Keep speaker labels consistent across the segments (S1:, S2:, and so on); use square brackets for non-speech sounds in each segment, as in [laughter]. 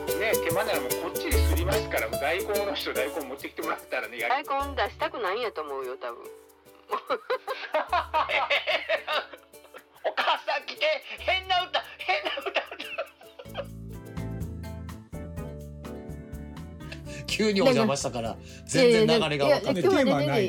S1: ならもうこっちですりますから大根の人大根持ってきてもらったらねや
S2: 大根出したくないんやと思うよ多分
S3: お母さん来て変な歌変な歌
S4: 急にお邪魔したから全然流れが分かん
S1: いやいやいや
S2: 今
S4: ない
S2: 日は出て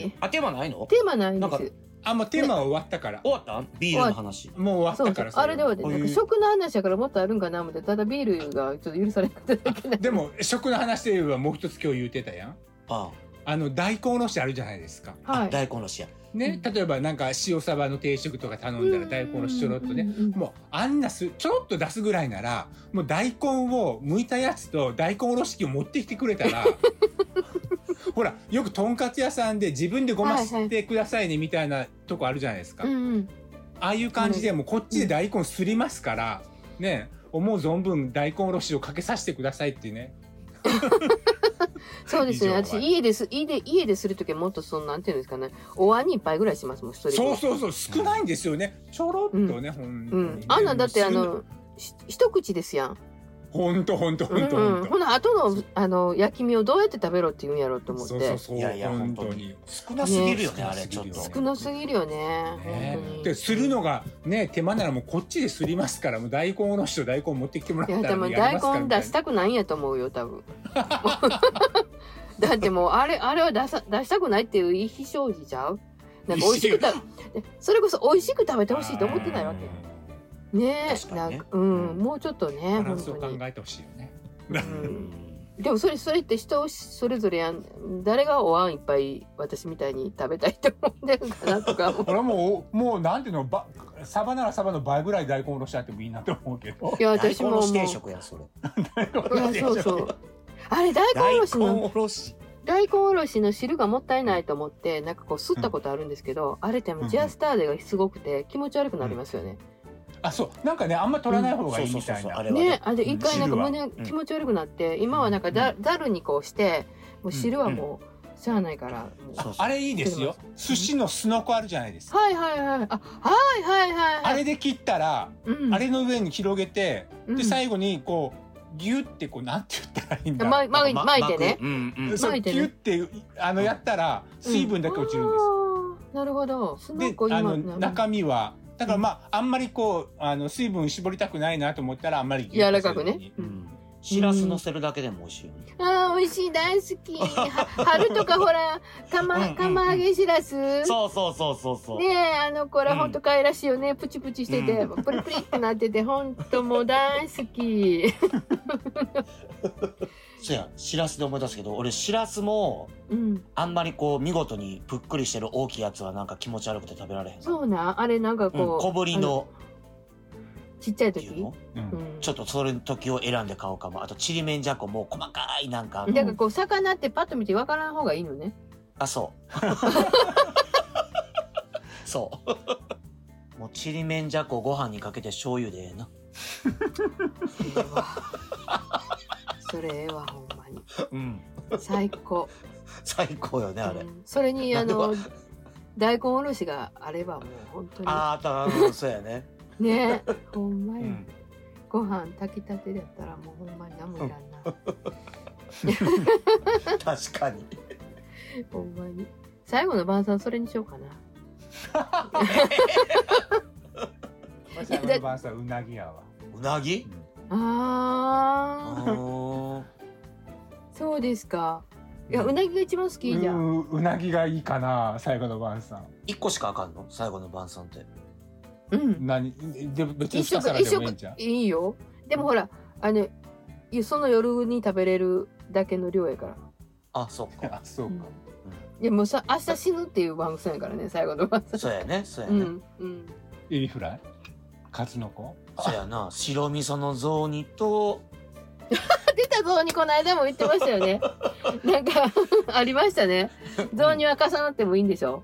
S2: いい
S4: あテーマないの
S2: テーマないんですよ
S1: あもうテーマは終わったから
S4: 終わったビールの話
S1: もう終
S2: そ
S1: わ
S2: う
S1: った
S2: そ
S1: か
S2: う
S1: ら
S2: あれでは
S4: こう
S2: ないん
S4: う
S2: か食の話やからもっとあるんかな思ってただビールがちょっと許されなかった
S1: [laughs]
S2: だけな
S1: でも食の話で言えばもう一つ今日言うてたやん
S4: あ
S1: あの大根おろしあるじゃないですか
S4: あ、
S2: はい
S4: 大根のしや
S1: ね、例えばなんか塩サバの定食とか頼んだら大根おろしちょろっとね
S2: うんうんうんうん
S1: もうあんなすちょろっと出すぐらいならもう大根を剥いたやつと大根おろし器を持ってきてくれ
S2: [laughs]
S1: たらほらよくとんかつ屋さんで自分でごま吸ってくださいねみたいなとこあるじゃないですか、
S2: うんうん
S1: ああいう感じでもうこっちで大根すりますからね思う存分大根おろしをかけさせてくださいってね
S2: そうですね。
S1: 以上
S2: 私家です家で家でするときはもっとそのなんていうんですかね。お椀に一杯ぐらいしますもん一人分。
S1: そうそうそう少ないんですよねちょろっとね、ほんとに
S2: う
S1: ね、
S2: ん。あんなんだってあ
S1: もう
S2: のし一口ですやん。
S1: ほんとほんとほんと
S2: う
S1: ほ
S2: んうんん。
S1: と
S2: ほ。な後のあの焼き身をどうやって食べろって言うんやろうと思って。
S1: そうそうそう
S4: いやいや
S1: 本
S4: 本
S1: 当
S4: 当
S1: に
S4: に少なすぎるよね
S1: ね
S4: あれちょっと
S1: 少なすぎる
S2: 少なすぎるよね。
S1: ね
S2: 本当に。
S1: でするのがね手間ならもうこっちですりますからもう大根おろしと大根持ってきても [laughs] ら
S2: い
S1: っ
S2: や
S1: たら
S2: 多
S1: もう
S2: 分
S1: やり
S2: 大
S1: ますから
S2: 根
S1: みたい
S2: 出
S1: な
S2: したくないんやと思うよ
S1: [laughs]
S2: 多分。だってもうあれあれは出さ出したくないっていう意非表示ちゃう。なんか美味しくたそれこそ美味しく食べてほしいと思ってないわけ。ね
S4: 確
S2: え、
S4: か
S2: な
S4: にね
S2: んか、うん、もうちょっとね、
S1: バラン
S2: 本
S1: スを
S2: 当
S1: 考
S2: に。
S1: えてほしいよね [laughs]
S2: うんでもそれそれって人それぞれやん誰がお椀いっぱい私みたいに食べたいって思ってるんかなとか思う
S1: 俺はもうもうなんていうのばサバならサバの倍ぐらい大根おろしあってもいいなと思うけど
S2: いや
S4: 大
S2: 私
S4: 根
S2: もも
S4: の
S2: う
S4: し
S2: いや
S4: 定食やんそれ
S2: そうそうあれ大根おろしの
S4: おろし
S2: 大根おろしの汁がもったいないと思ってなんかこう吸ったことあるんですけど、あれってあのジアスターデがすごくて気持ち悪くなりますよね、
S1: [laughs] あそうなんかねあんま取らない方がいいみたい
S4: そうそうそうそう
S1: な
S4: あれは
S2: ね
S4: ね
S2: あれ一回なんか胸
S4: ん
S2: 気持ち悪くなって、今はなんかだざるにこうしてもう汁はもうしゃあないから、もう
S4: そうそう
S1: あれいいですよ寿司のすのこあるじゃないですか
S2: はいはいはい。あ、はいはいはいはい。
S1: あれで切ったら
S2: うん、
S1: あれの上に広げて
S2: うん
S1: で最後にこうギュってこうなんて言ったらいいんだ
S2: ま、ま、
S4: ま
S2: 巻いてね
S4: 巻。くうんうん
S1: そう
S2: 巻い
S1: キ
S2: て
S1: ュ
S2: ね
S1: ってあのやったら水分だけ落ちるんです。
S2: あーなるほど。すご
S1: で
S2: く
S1: あの。
S2: 今
S1: 中身はだからまああんまりこうあの水分絞りたくないなと思ったらあんまり
S2: 柔らかくね。う
S4: うんんしらす乗せるだけでも美味しいよね
S2: あー美味しい大好き。は春とかほら、か
S4: うんうんう
S2: ま、
S4: ん
S2: 釜揚げしらす。
S4: そうそうそうそうそう
S2: ねえ、あの子ら
S4: うん
S2: ほんと可愛らしいよね。プチプチしてて、プリプリってなってて、ほんともう大好き。
S4: そやしらすで思い出すけど俺しらすも
S2: うん。
S4: あんまりこう見事にぷっくりしてる大きいやつはなんか気持ち悪くて食べられへんう、
S2: そうなんあれなんか
S4: うん、
S2: こう。
S4: 小ぶり
S2: あ。
S4: の
S2: ちっちゃい
S4: っていう
S2: 時
S4: の
S1: うん
S2: うん
S4: ちょっとそれの時を選んで買おうかもあとちりめんじゃこも細かいなんかあの
S2: だからこう、魚ってパッと見てわからん方がいいのね。
S4: あそうそうもうちりめんじゃこご飯にかけて醤油でええ
S2: え
S4: な
S2: えわそれええわほんまに
S4: うん
S2: 最高、
S4: 最高よねあれ、
S2: うんそれにあ
S4: な
S2: の
S4: んで
S2: 大根おろしがあればもう本当
S4: ああたうんそうやね
S2: にねほん
S1: う
S2: まに、
S1: ん
S2: ご飯炊きたてだったらもうほんまに何もいらんな、
S4: 確かに
S2: ほんまに最後の晩餐それにしようかな
S1: まあ最後の晩さうなぎやわ。
S4: うなぎあ
S2: あー
S4: ー
S2: そうですかいやうなぎが一番好きじゃん、
S1: ううなぎがいいかな最後の晩さん。
S4: 一個しかあかんの最後の晩餐って
S2: うん、
S1: 何で別に
S2: 一
S1: 二
S2: 食
S1: 皿
S2: 一
S1: でもいい
S2: 食
S1: んじゃん。
S2: いいよでもほらあのその夜に食べれるだけの量やから
S4: あそっか
S1: あそうか。
S2: いやもうさ明日死ぬっていう晩餐やからね最後の晩餐
S4: そうやねそうや
S2: う
S4: ね、
S2: んうん
S1: エビフライ。カツノコ。
S4: そうやな白味噌の雑煮と
S2: 出た雑煮この間も言ってましたよねなんか [laughs] ありましたね雑煮は重なってもいいんでしょ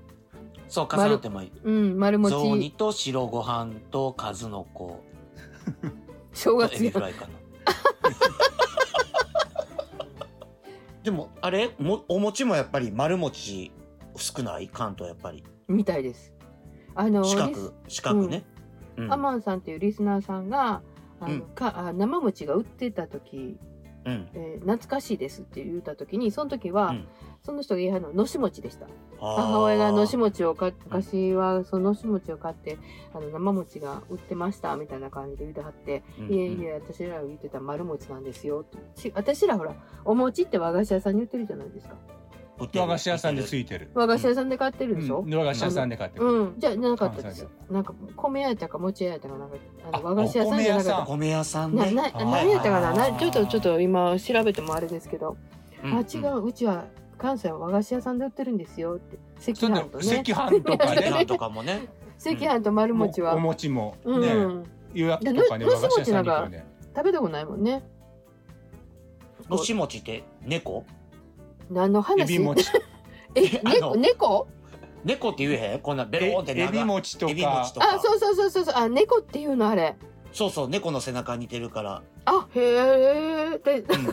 S4: そう重なってもいい
S2: うん丸餅
S4: 雑煮と白ご飯と数の子
S2: 正
S4: とエ
S2: 月
S4: ビ
S2: や
S4: フライかな [laughs] でもあれもお餅もやっぱり丸餅少ない関東やっぱり
S2: みたいですあの
S4: 四
S2: リス
S4: 角四角ね、うん
S2: アマンさんっていうリスナーさんがあの、
S4: うん
S2: かあ生餅が売ってた時
S4: うん。
S2: えー懐かしいですって言った時にその時は、
S4: うん
S2: その人が言いはるのはのし餅でした
S4: あー
S2: 母親がのし餅を買って昔はそののし餅を買ってあの生餅が売ってましたみたいな感じで言うてはって、
S4: うん
S2: いやいや私らが言ってた丸餅なんですよってち私らほらお餅って和菓子屋さんに売ってるじゃないですか
S4: 売ってる
S1: 和菓子屋さんでついてる。
S2: 和菓子屋さんで買ってるでしょ、
S1: うん和菓子屋さんで買ってくる。
S2: うん、じゃなかったです
S1: 関西。
S2: なんか米屋やったか餅屋やったかなんかあ
S1: あ
S2: の和菓子屋さんじゃなか
S1: お
S2: っ
S4: 米屋さ
S2: た。
S4: ん
S2: な
S4: ね。
S2: な
S1: あー
S2: 何やったかな
S1: はい
S2: なちょっとちょっと今調べてもあれですけど、
S4: うん
S2: あ違ううちは関西は和菓子屋さんで売ってるんですよって
S1: そ
S2: 赤
S1: んで
S2: 飯とね
S1: 赤飯と
S2: [laughs]
S1: か
S4: 赤飯
S1: ね。
S4: とかもね。
S2: 赤飯と丸餅は、
S1: お餅も
S2: うん
S1: ね、予約とかね
S2: で
S1: 和菓子屋さんに行くよね。
S2: 食べたことないもんね。
S4: のし餅って猫？
S2: 何の
S1: エ
S2: 話
S1: ビ餅、
S2: え
S4: あ
S2: 猫
S4: の
S2: 猫
S4: 猫って言えへん？こんなベローンって
S1: エ
S4: 長い
S1: ビ餅と
S4: エビ
S1: か
S4: 餅とか
S2: あ。そうそうそうそうそうあ猫っていうのあれ
S4: そうそう猫の背中似てるから。
S2: あへえで [laughs]
S4: うん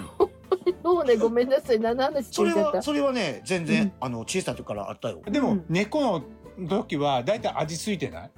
S2: もうねごめんなさい何の話
S4: そ
S2: 聞
S4: れ
S2: いちゃっ
S4: は
S2: た
S4: それはね全
S2: う
S4: 然
S2: ん
S4: あの小さい時からあったよ。
S1: で
S2: う
S1: も
S2: ん
S1: 猫の時はだいたい味ついてない。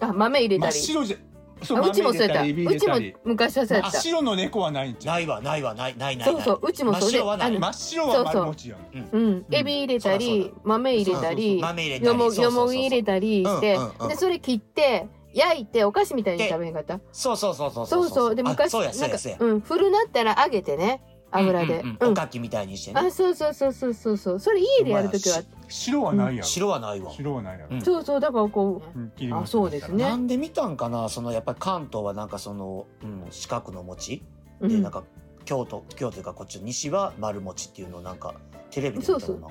S2: あ豆入れ
S1: 真
S2: た
S1: っ
S2: り
S1: 白じゃ。そ
S2: あうちもそうやった
S1: エビ入
S2: う
S1: れ
S2: ち
S1: た
S2: も
S1: り。
S2: 昔はそうや
S1: 真
S2: っ
S1: った白の猫はないんちゃう。
S4: ないわないわないないない
S2: そ
S4: な
S2: う
S4: い。
S2: そううちもそ
S4: 真っ
S2: れ
S4: 白はない
S2: あの
S1: 真っ白は丸餅やん。
S2: うん、エビ入れた
S4: そうだ
S2: り
S4: そ
S2: 豆入れたり
S4: 豆入れた
S2: よ
S4: り
S2: も
S4: そうそう
S2: よ
S4: そう
S2: もぎ入れたりして
S4: うんうんうん
S2: でそれ切って焼いてお菓子みたいに食べへんかった
S4: そうそうそうそう
S2: そうそうで
S4: あ
S2: 昔
S4: そうやそ
S2: な
S4: うん
S2: か
S4: やそうや
S2: うん古なったら揚げてね油で
S4: うんうん
S2: う
S4: うん
S2: ん
S4: おかきみたいにしてね
S2: あそうそうそうそうそうそうそれ家でやるときは
S1: 白はないやろ。
S4: 白はないわ
S1: 白はないやろ
S4: うん。
S2: そうそうだからこ
S1: うん切り餅
S2: あそうで
S1: [laughs]
S2: すね
S4: なんで見たんかなそのやっぱり関東はなんかその、うん、四角の餅
S2: う、う
S4: で
S2: ん
S4: なんか京都京都というかこっちの西は丸餅っていうのをなんかテレビで見たのなんか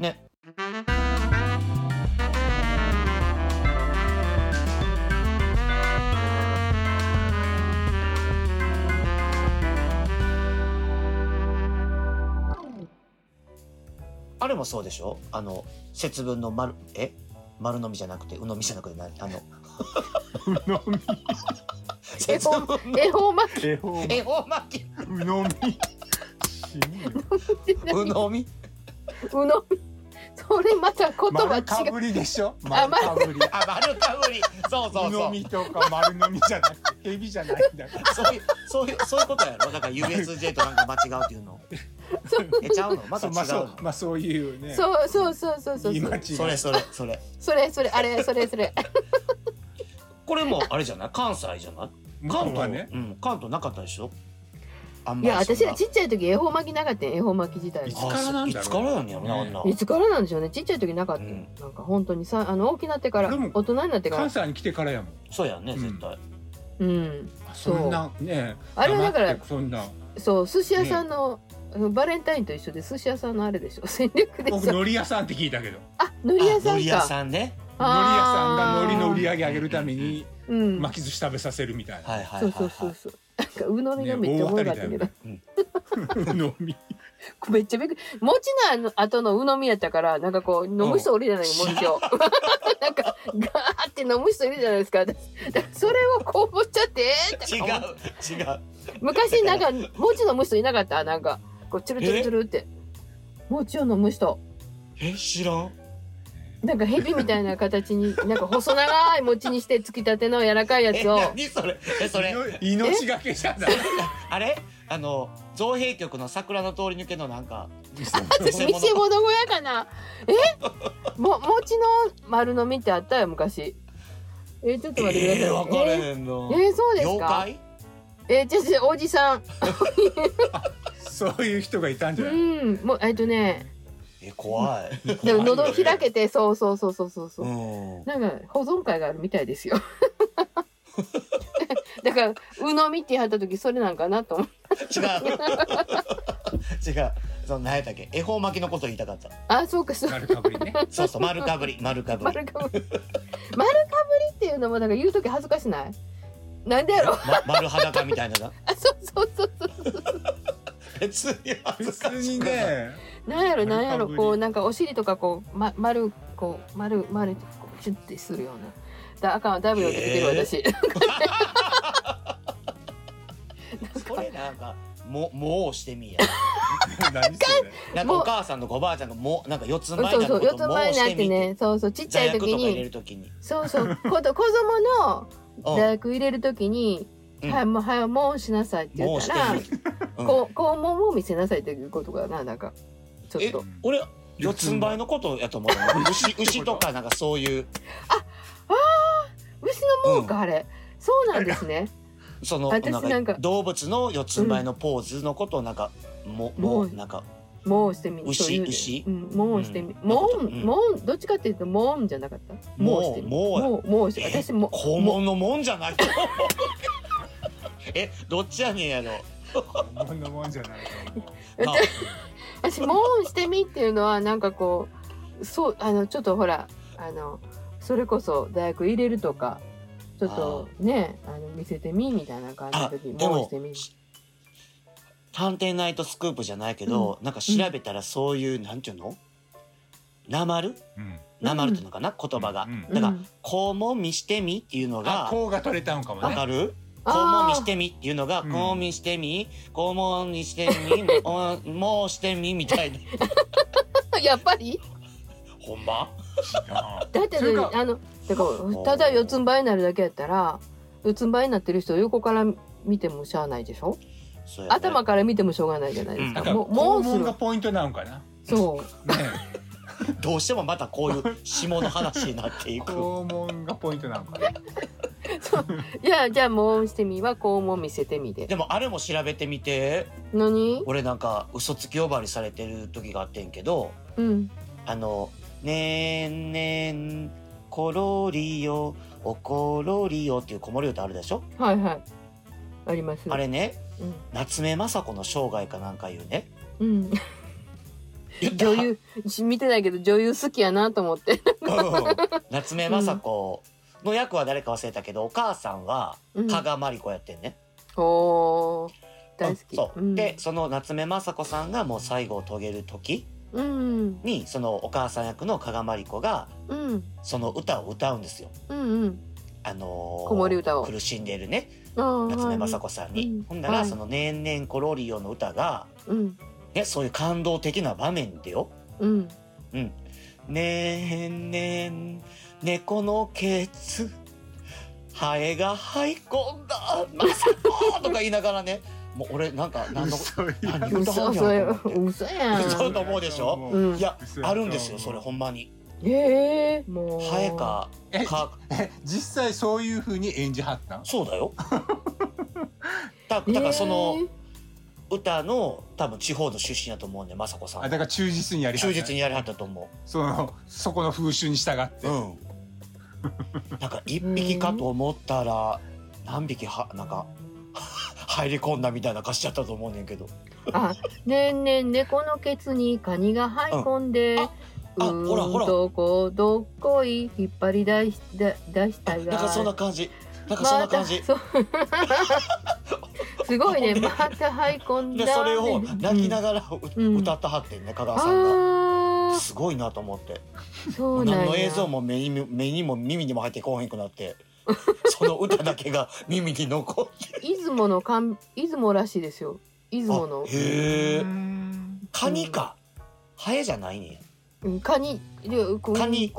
S4: ねあれもそうでしょあの節分の丸え丸飲みじゃなくて鵜呑みじゃなくて何あの
S1: うのみ。
S4: 節分
S2: [laughs] [laughs]
S4: の
S2: 恵方巻
S1: 恵方巻
S4: 恵方巻き
S1: うのみ。死ぬよ
S2: きって
S4: 鵜
S2: 何
S4: 呑み
S2: うの [laughs] それまた言葉
S1: 丸か
S2: 違う
S1: ぶりでしょ。
S2: あ
S1: 丸かぶり。
S4: あ丸かぶりそうそう
S1: う
S4: そ
S1: の
S4: う
S1: みとか丸のみじゃなくて、エビじゃないんだ
S4: [laughs]
S1: から。
S4: そういう、そういう、そういうことやろ、なんか USJ となんか間違うっていうの。え、ちゃうの、また
S1: そうま
S4: 違う
S1: あそ
S4: の
S1: う。まあそういうね。
S2: そうそうそうそうそう
S1: 言い
S2: そ
S1: 間
S2: う
S1: 違い。
S4: それ、それ、それ。
S2: それそれあれそれそ
S4: [laughs]
S2: れ
S4: これも、あれじゃない、関西じゃない。関
S1: 元は
S4: 東
S1: ね。
S4: うん、関東なかったでしょあん
S2: い
S4: まり
S2: や
S4: そん
S2: 私
S4: な
S2: らちっちゃい時恵方巻きなかったよ恵方巻き自体
S1: い
S2: が
S1: つからなんだろう
S4: いつからなんやろな、あんな。
S2: いつからなんでしょうねちっちゃい時なかったよ、
S4: うん
S2: なんか本当にさあの大きなってから
S1: でも
S2: 大人になってから
S1: 関西に来てからやもん。
S4: そうやんね、絶対。
S2: うん
S1: あそ
S2: そ
S1: うそんなね。
S2: あれはだから
S1: 黙ってそんな。
S2: そう寿司屋さんの、うんバレンタインと一緒で寿司屋さんのあれでしょ戦略で
S1: 僕
S2: しょ
S1: 海苔屋さんって聞いたけど。
S2: あ海苔屋
S4: あ
S2: さ
S4: 海
S2: ん
S4: 苔屋
S2: か
S4: さんね。
S1: 海苔屋さんが
S2: あー
S1: 海苔の売り上げ上げるために
S2: うん、
S1: 巻き寿司食べさせるみたいな。
S4: はい、はい、
S2: そ
S4: はいう
S2: そう
S4: は
S2: そう
S4: い。
S2: そうなんかうのみがめっちゃおもろかったけど、 [laughs]
S1: ね [laughs] うのみ。
S2: めっちゃびっくり餅のあの後のうのみやったからなんかこう飲む人おるじゃない餅をなん [laughs] かガーって飲む人いるじゃないですか私だからそれをこう持っちゃってえーって
S4: 違う、違う。
S2: 昔なんか餅飲む人いなかったなんかこうチュルチュルチュルって餅を飲む人
S4: え、知らん。
S2: なんか蛇みたいな形
S4: [laughs]
S2: になんか細長い餅にして突き立ての柔らかいや
S4: え、
S2: つを
S4: 何それ。え、それ。
S1: いの命がけじゃない。
S4: あれ、あの、造幣局の桜の通り抜けのなんか。
S2: [laughs] 私見せ物小屋かなえも餅の丸飲みってあったよ昔えちょっと待ってください
S4: えー、わかれ
S2: え
S4: へんの。
S2: えそうです
S4: 妖
S2: か
S4: 怪。
S2: えじゃあおじさん
S1: そういう人がいたんじ
S2: う
S1: ゃない。
S2: んもうえっとね
S4: え、怖
S2: [laughs]
S4: い。。
S2: でも喉開けてそうそうそうそうそうそううんなんか保存会があるみたいです
S4: [laughs]
S2: よだからうのみってやった時それなんかなと思う
S4: 違う [laughs] 違うその何やったっけ恵方巻きのこと言いたかった
S2: あそうか [laughs] そう
S1: なるかぶりね。
S4: そうそう丸かぶり丸かぶ
S2: [laughs]
S4: り、
S2: 丸かぶり丸かぶりっていうのもなんか言う時恥ずかしないなんでや
S4: [laughs]
S2: ろ
S4: ま、丸裸みたいなな
S2: あそうそうそうそう
S4: 別に恥
S1: 普
S4: ずか
S1: 通
S4: し
S1: に
S4: くない
S2: [laughs]
S1: ね。
S2: なんやろなん
S1: 丸
S2: や
S1: か
S2: ろ
S1: ぶり
S2: こうなんかお尻とかこう、ま、丸こう丸丸ってこうチュッてするようなだあかんだいぶ酔ってきてる
S4: えー
S2: 私
S4: それなんかももうしてみや
S1: 何それ。
S4: なん
S2: も
S4: か
S2: う
S4: お母さんのおばあちゃんがもうなんか四つ
S2: う
S4: 前
S2: ん
S4: に
S2: そうそ
S4: なる
S2: う
S4: こ
S2: 四
S4: と
S2: つ
S4: もう
S2: 前になっ
S4: して
S2: て
S4: みて
S2: ねそうそうちっち
S4: 座
S2: ゃい
S4: 薬と
S2: 時
S4: か入れ
S2: に
S4: る時に
S2: そうそう子ど子供の
S4: [laughs] うん
S2: 大学入れる時に
S4: うん
S2: はい、もう、はい、もうしなさいって言
S4: も
S2: っ
S4: う
S2: た
S4: し
S2: ら、
S4: ていい。うん
S2: こう、肛門を見せなさいっていうことがな、なんか、ちょっ
S4: え
S2: と。、
S4: 俺、四つん這いのことやと思うよ。
S2: [laughs]
S4: 牛、牛とかなんかそういう、
S2: 牛のもんか、あれ。そうなんですね。
S4: その、
S2: 私
S4: な
S2: なん
S4: ん
S2: か
S4: か動物の四つん這いのポーズのことをなんか、も、も
S2: もう
S4: う、なんか、
S2: もうしてみ
S4: 牛
S2: そういうね
S4: 牛
S2: うん、もうしてみ、
S4: うん
S2: も、
S4: うんん
S2: もん、どっちかっていうと、もんじゃなかった。
S4: もう
S2: してみ
S4: もうや
S2: もう、もうして、私も。
S4: 肛
S2: も
S4: 門のもんじゃないと思う。え、どっちやねんやろ。
S1: こんなもんじゃないと思う。
S4: な
S2: 私、もんしてみっていうのは、なんかこう。そう、あの、ちょっとほら、あの、それこそ、大学入れるとか。ちょっと、ね、あの、見せてみみたいな感じの
S4: あ、
S2: 時、
S4: で
S2: もんし
S4: も
S2: てみ。、
S4: 探偵ナイトスクープじゃないけど、なんか調べたらそういう、なんていうのなまる
S1: うん。
S4: なまるっていうのかな言葉が
S1: うん。
S4: だから
S2: うん、
S4: 肛門見してみっていうの
S1: あ、
S4: が、
S1: こうが取れたのかも
S4: わ
S1: ね。
S4: かる
S2: あー
S4: 肛門見してみっていうのが、
S1: うん
S4: 肛門見してみ肛門にしてみおもうしてみみたいな
S2: [laughs] やっぱり。
S4: ほんま
S1: あ
S2: だって
S1: それ
S2: ね、
S1: か
S2: あの、だから、ただ四つん這いになるだけやったら。四つん這いになってる人、横から見てもしゃあないでしょ
S4: そうや
S2: [laughs]
S4: ね
S2: 頭から見てもしょうがないじゃないです
S1: あ
S2: か。
S1: だから
S2: もう、も
S1: 肛
S2: うす
S1: 門
S2: る
S1: が。ポイントなのかな。
S2: そう。
S1: ね
S4: どうしてもまたこういう下の話になっていく
S2: [laughs]
S1: 肛門がポイントなのかな。
S2: いや、じゃあ、もうしてみは、肛門見せてみで。
S4: でもあれも調べてみて
S2: 何。
S4: 俺なんか嘘つき呼ばわりされてる時があってんけど
S2: うん。
S4: あの「ねんねんころりよおころりよ」っていう子守歌あるでしょ、
S2: はいはい。あります。
S4: あ。れね
S2: うん。
S4: 夏目雅子の生涯かなんかいうね [laughs]
S2: うん。
S4: 言った
S2: 女優、し見てないけど、女優好きやなと思
S4: [laughs]
S2: って。
S4: うん夏目雅子の役は誰か忘れたけど、お母さんは
S2: うん
S4: 加賀まり子やってんね。
S2: おー。大好
S4: うん
S2: き。
S4: そう、
S2: ん
S4: で。その夏目雅子さんがもう最後を遂げる時
S2: うん。
S4: にそのお母さん役の加賀まり子が
S2: うん。
S4: その歌を歌うんですよ。
S2: うん。うん。
S4: あのー
S2: 子守歌を
S4: 苦しんでいるね夏
S2: 夏
S4: 目雅子さんに、
S2: うん
S4: ほんなら、
S2: はい
S4: その「ねんねんコロリオ」の歌が、
S2: うん。
S4: ね、そういう感動的な場面でよ
S2: うん。
S4: 「ねんねん猫のケツハエが入り込んだまさか!」とか言いながらねもう俺なんか何の
S1: 嘘や
S4: 何言うと
S2: 嘘
S4: んねん
S2: 嘘よ
S4: と思って
S2: 嘘や
S4: [laughs]
S2: ん。
S4: 嘘と思うでしょ
S2: うん
S4: いや
S1: 嘘
S4: あるんですよそれほ
S1: 本
S4: んまに
S2: ええもう。
S4: ハエ。か
S1: え
S4: か
S1: え実際そういう風に演じはったん
S4: そう
S2: [laughs]
S4: だよだだからその歌の多分地方の出身だと思うね雅子さん
S1: あだから忠実にやりはっ
S4: 忠
S1: た
S4: 実にやりはったと思う
S1: そのそこの風習に従って、
S4: うん。なんか一匹かと思ったら、何匹は、なんか。 [laughs] 入り込んだみたいな歌詞だったと思うねんけど。
S2: えーあ、ねんねん猫のケツにカニが入り込んで。う
S4: ああ
S2: ーん
S4: ほらほら
S2: どこどっこい引っ張り出し出出したい
S4: なん
S2: が。
S4: かそんな感じ。なんかそんな感じ
S2: ま。たそう [laughs] すごいね、また入り込んだ
S4: で、
S2: ね。
S4: それを泣きな
S2: が
S4: がらう、
S2: うん
S4: 歌ったはってんね、香川さん
S2: あ
S4: が。
S2: あ
S4: すごいなと思って。
S2: ー、そうなんや。
S4: 何の映像も目にも、目にも耳にも入ってこへんくなって。その歌だけが耳に残って。
S2: 出雲のかん出雲らしいですよ。出雲の
S4: あへえ。
S1: ん
S4: カニか。ハエじゃないねん。
S2: うんカニでこ
S4: カニ。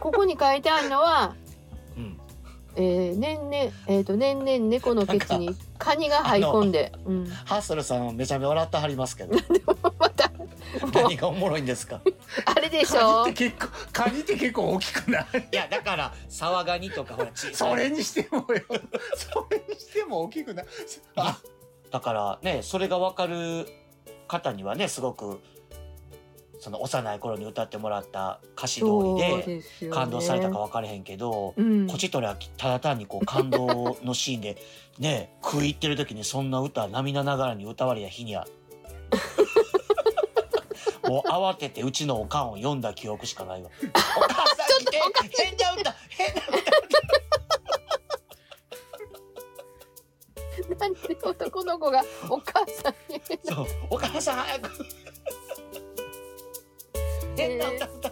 S2: ここに書いてあるのは。
S4: うん。
S2: えー、年々、えー、と年々猫のケツにカニが入り込んで、うん、
S4: ハッスルさん、めちゃめちゃ笑ってはります [laughs] けど。
S2: またもう
S4: 何がおもろいんですか。
S2: あれでし
S1: カ
S2: ょ
S1: ニって結構カニって結構大きく
S4: [laughs]
S1: ない
S4: いやだから騒がにとかほら小さい
S1: それにしてもよそれにしても大きくないあ
S4: [laughs] だからねそれが分かる方にはねすごくその幼い頃に歌ってもらった歌詞通
S2: そう
S4: りで
S2: ですよ、ね、
S4: 感動されたか分からへんけど、
S2: うん
S4: こちとらただ単にこう感動のシーンでね食い入ってる時にそんな歌涙ながらに歌われや日にゃもう慌ててうちのおかんを読んだ記憶しかないわ。
S3: お母さん来て変な歌変な
S2: なんて [laughs] 男の子がお母さ
S4: [laughs]
S2: んに
S4: そうお母さん早く変な歌歌って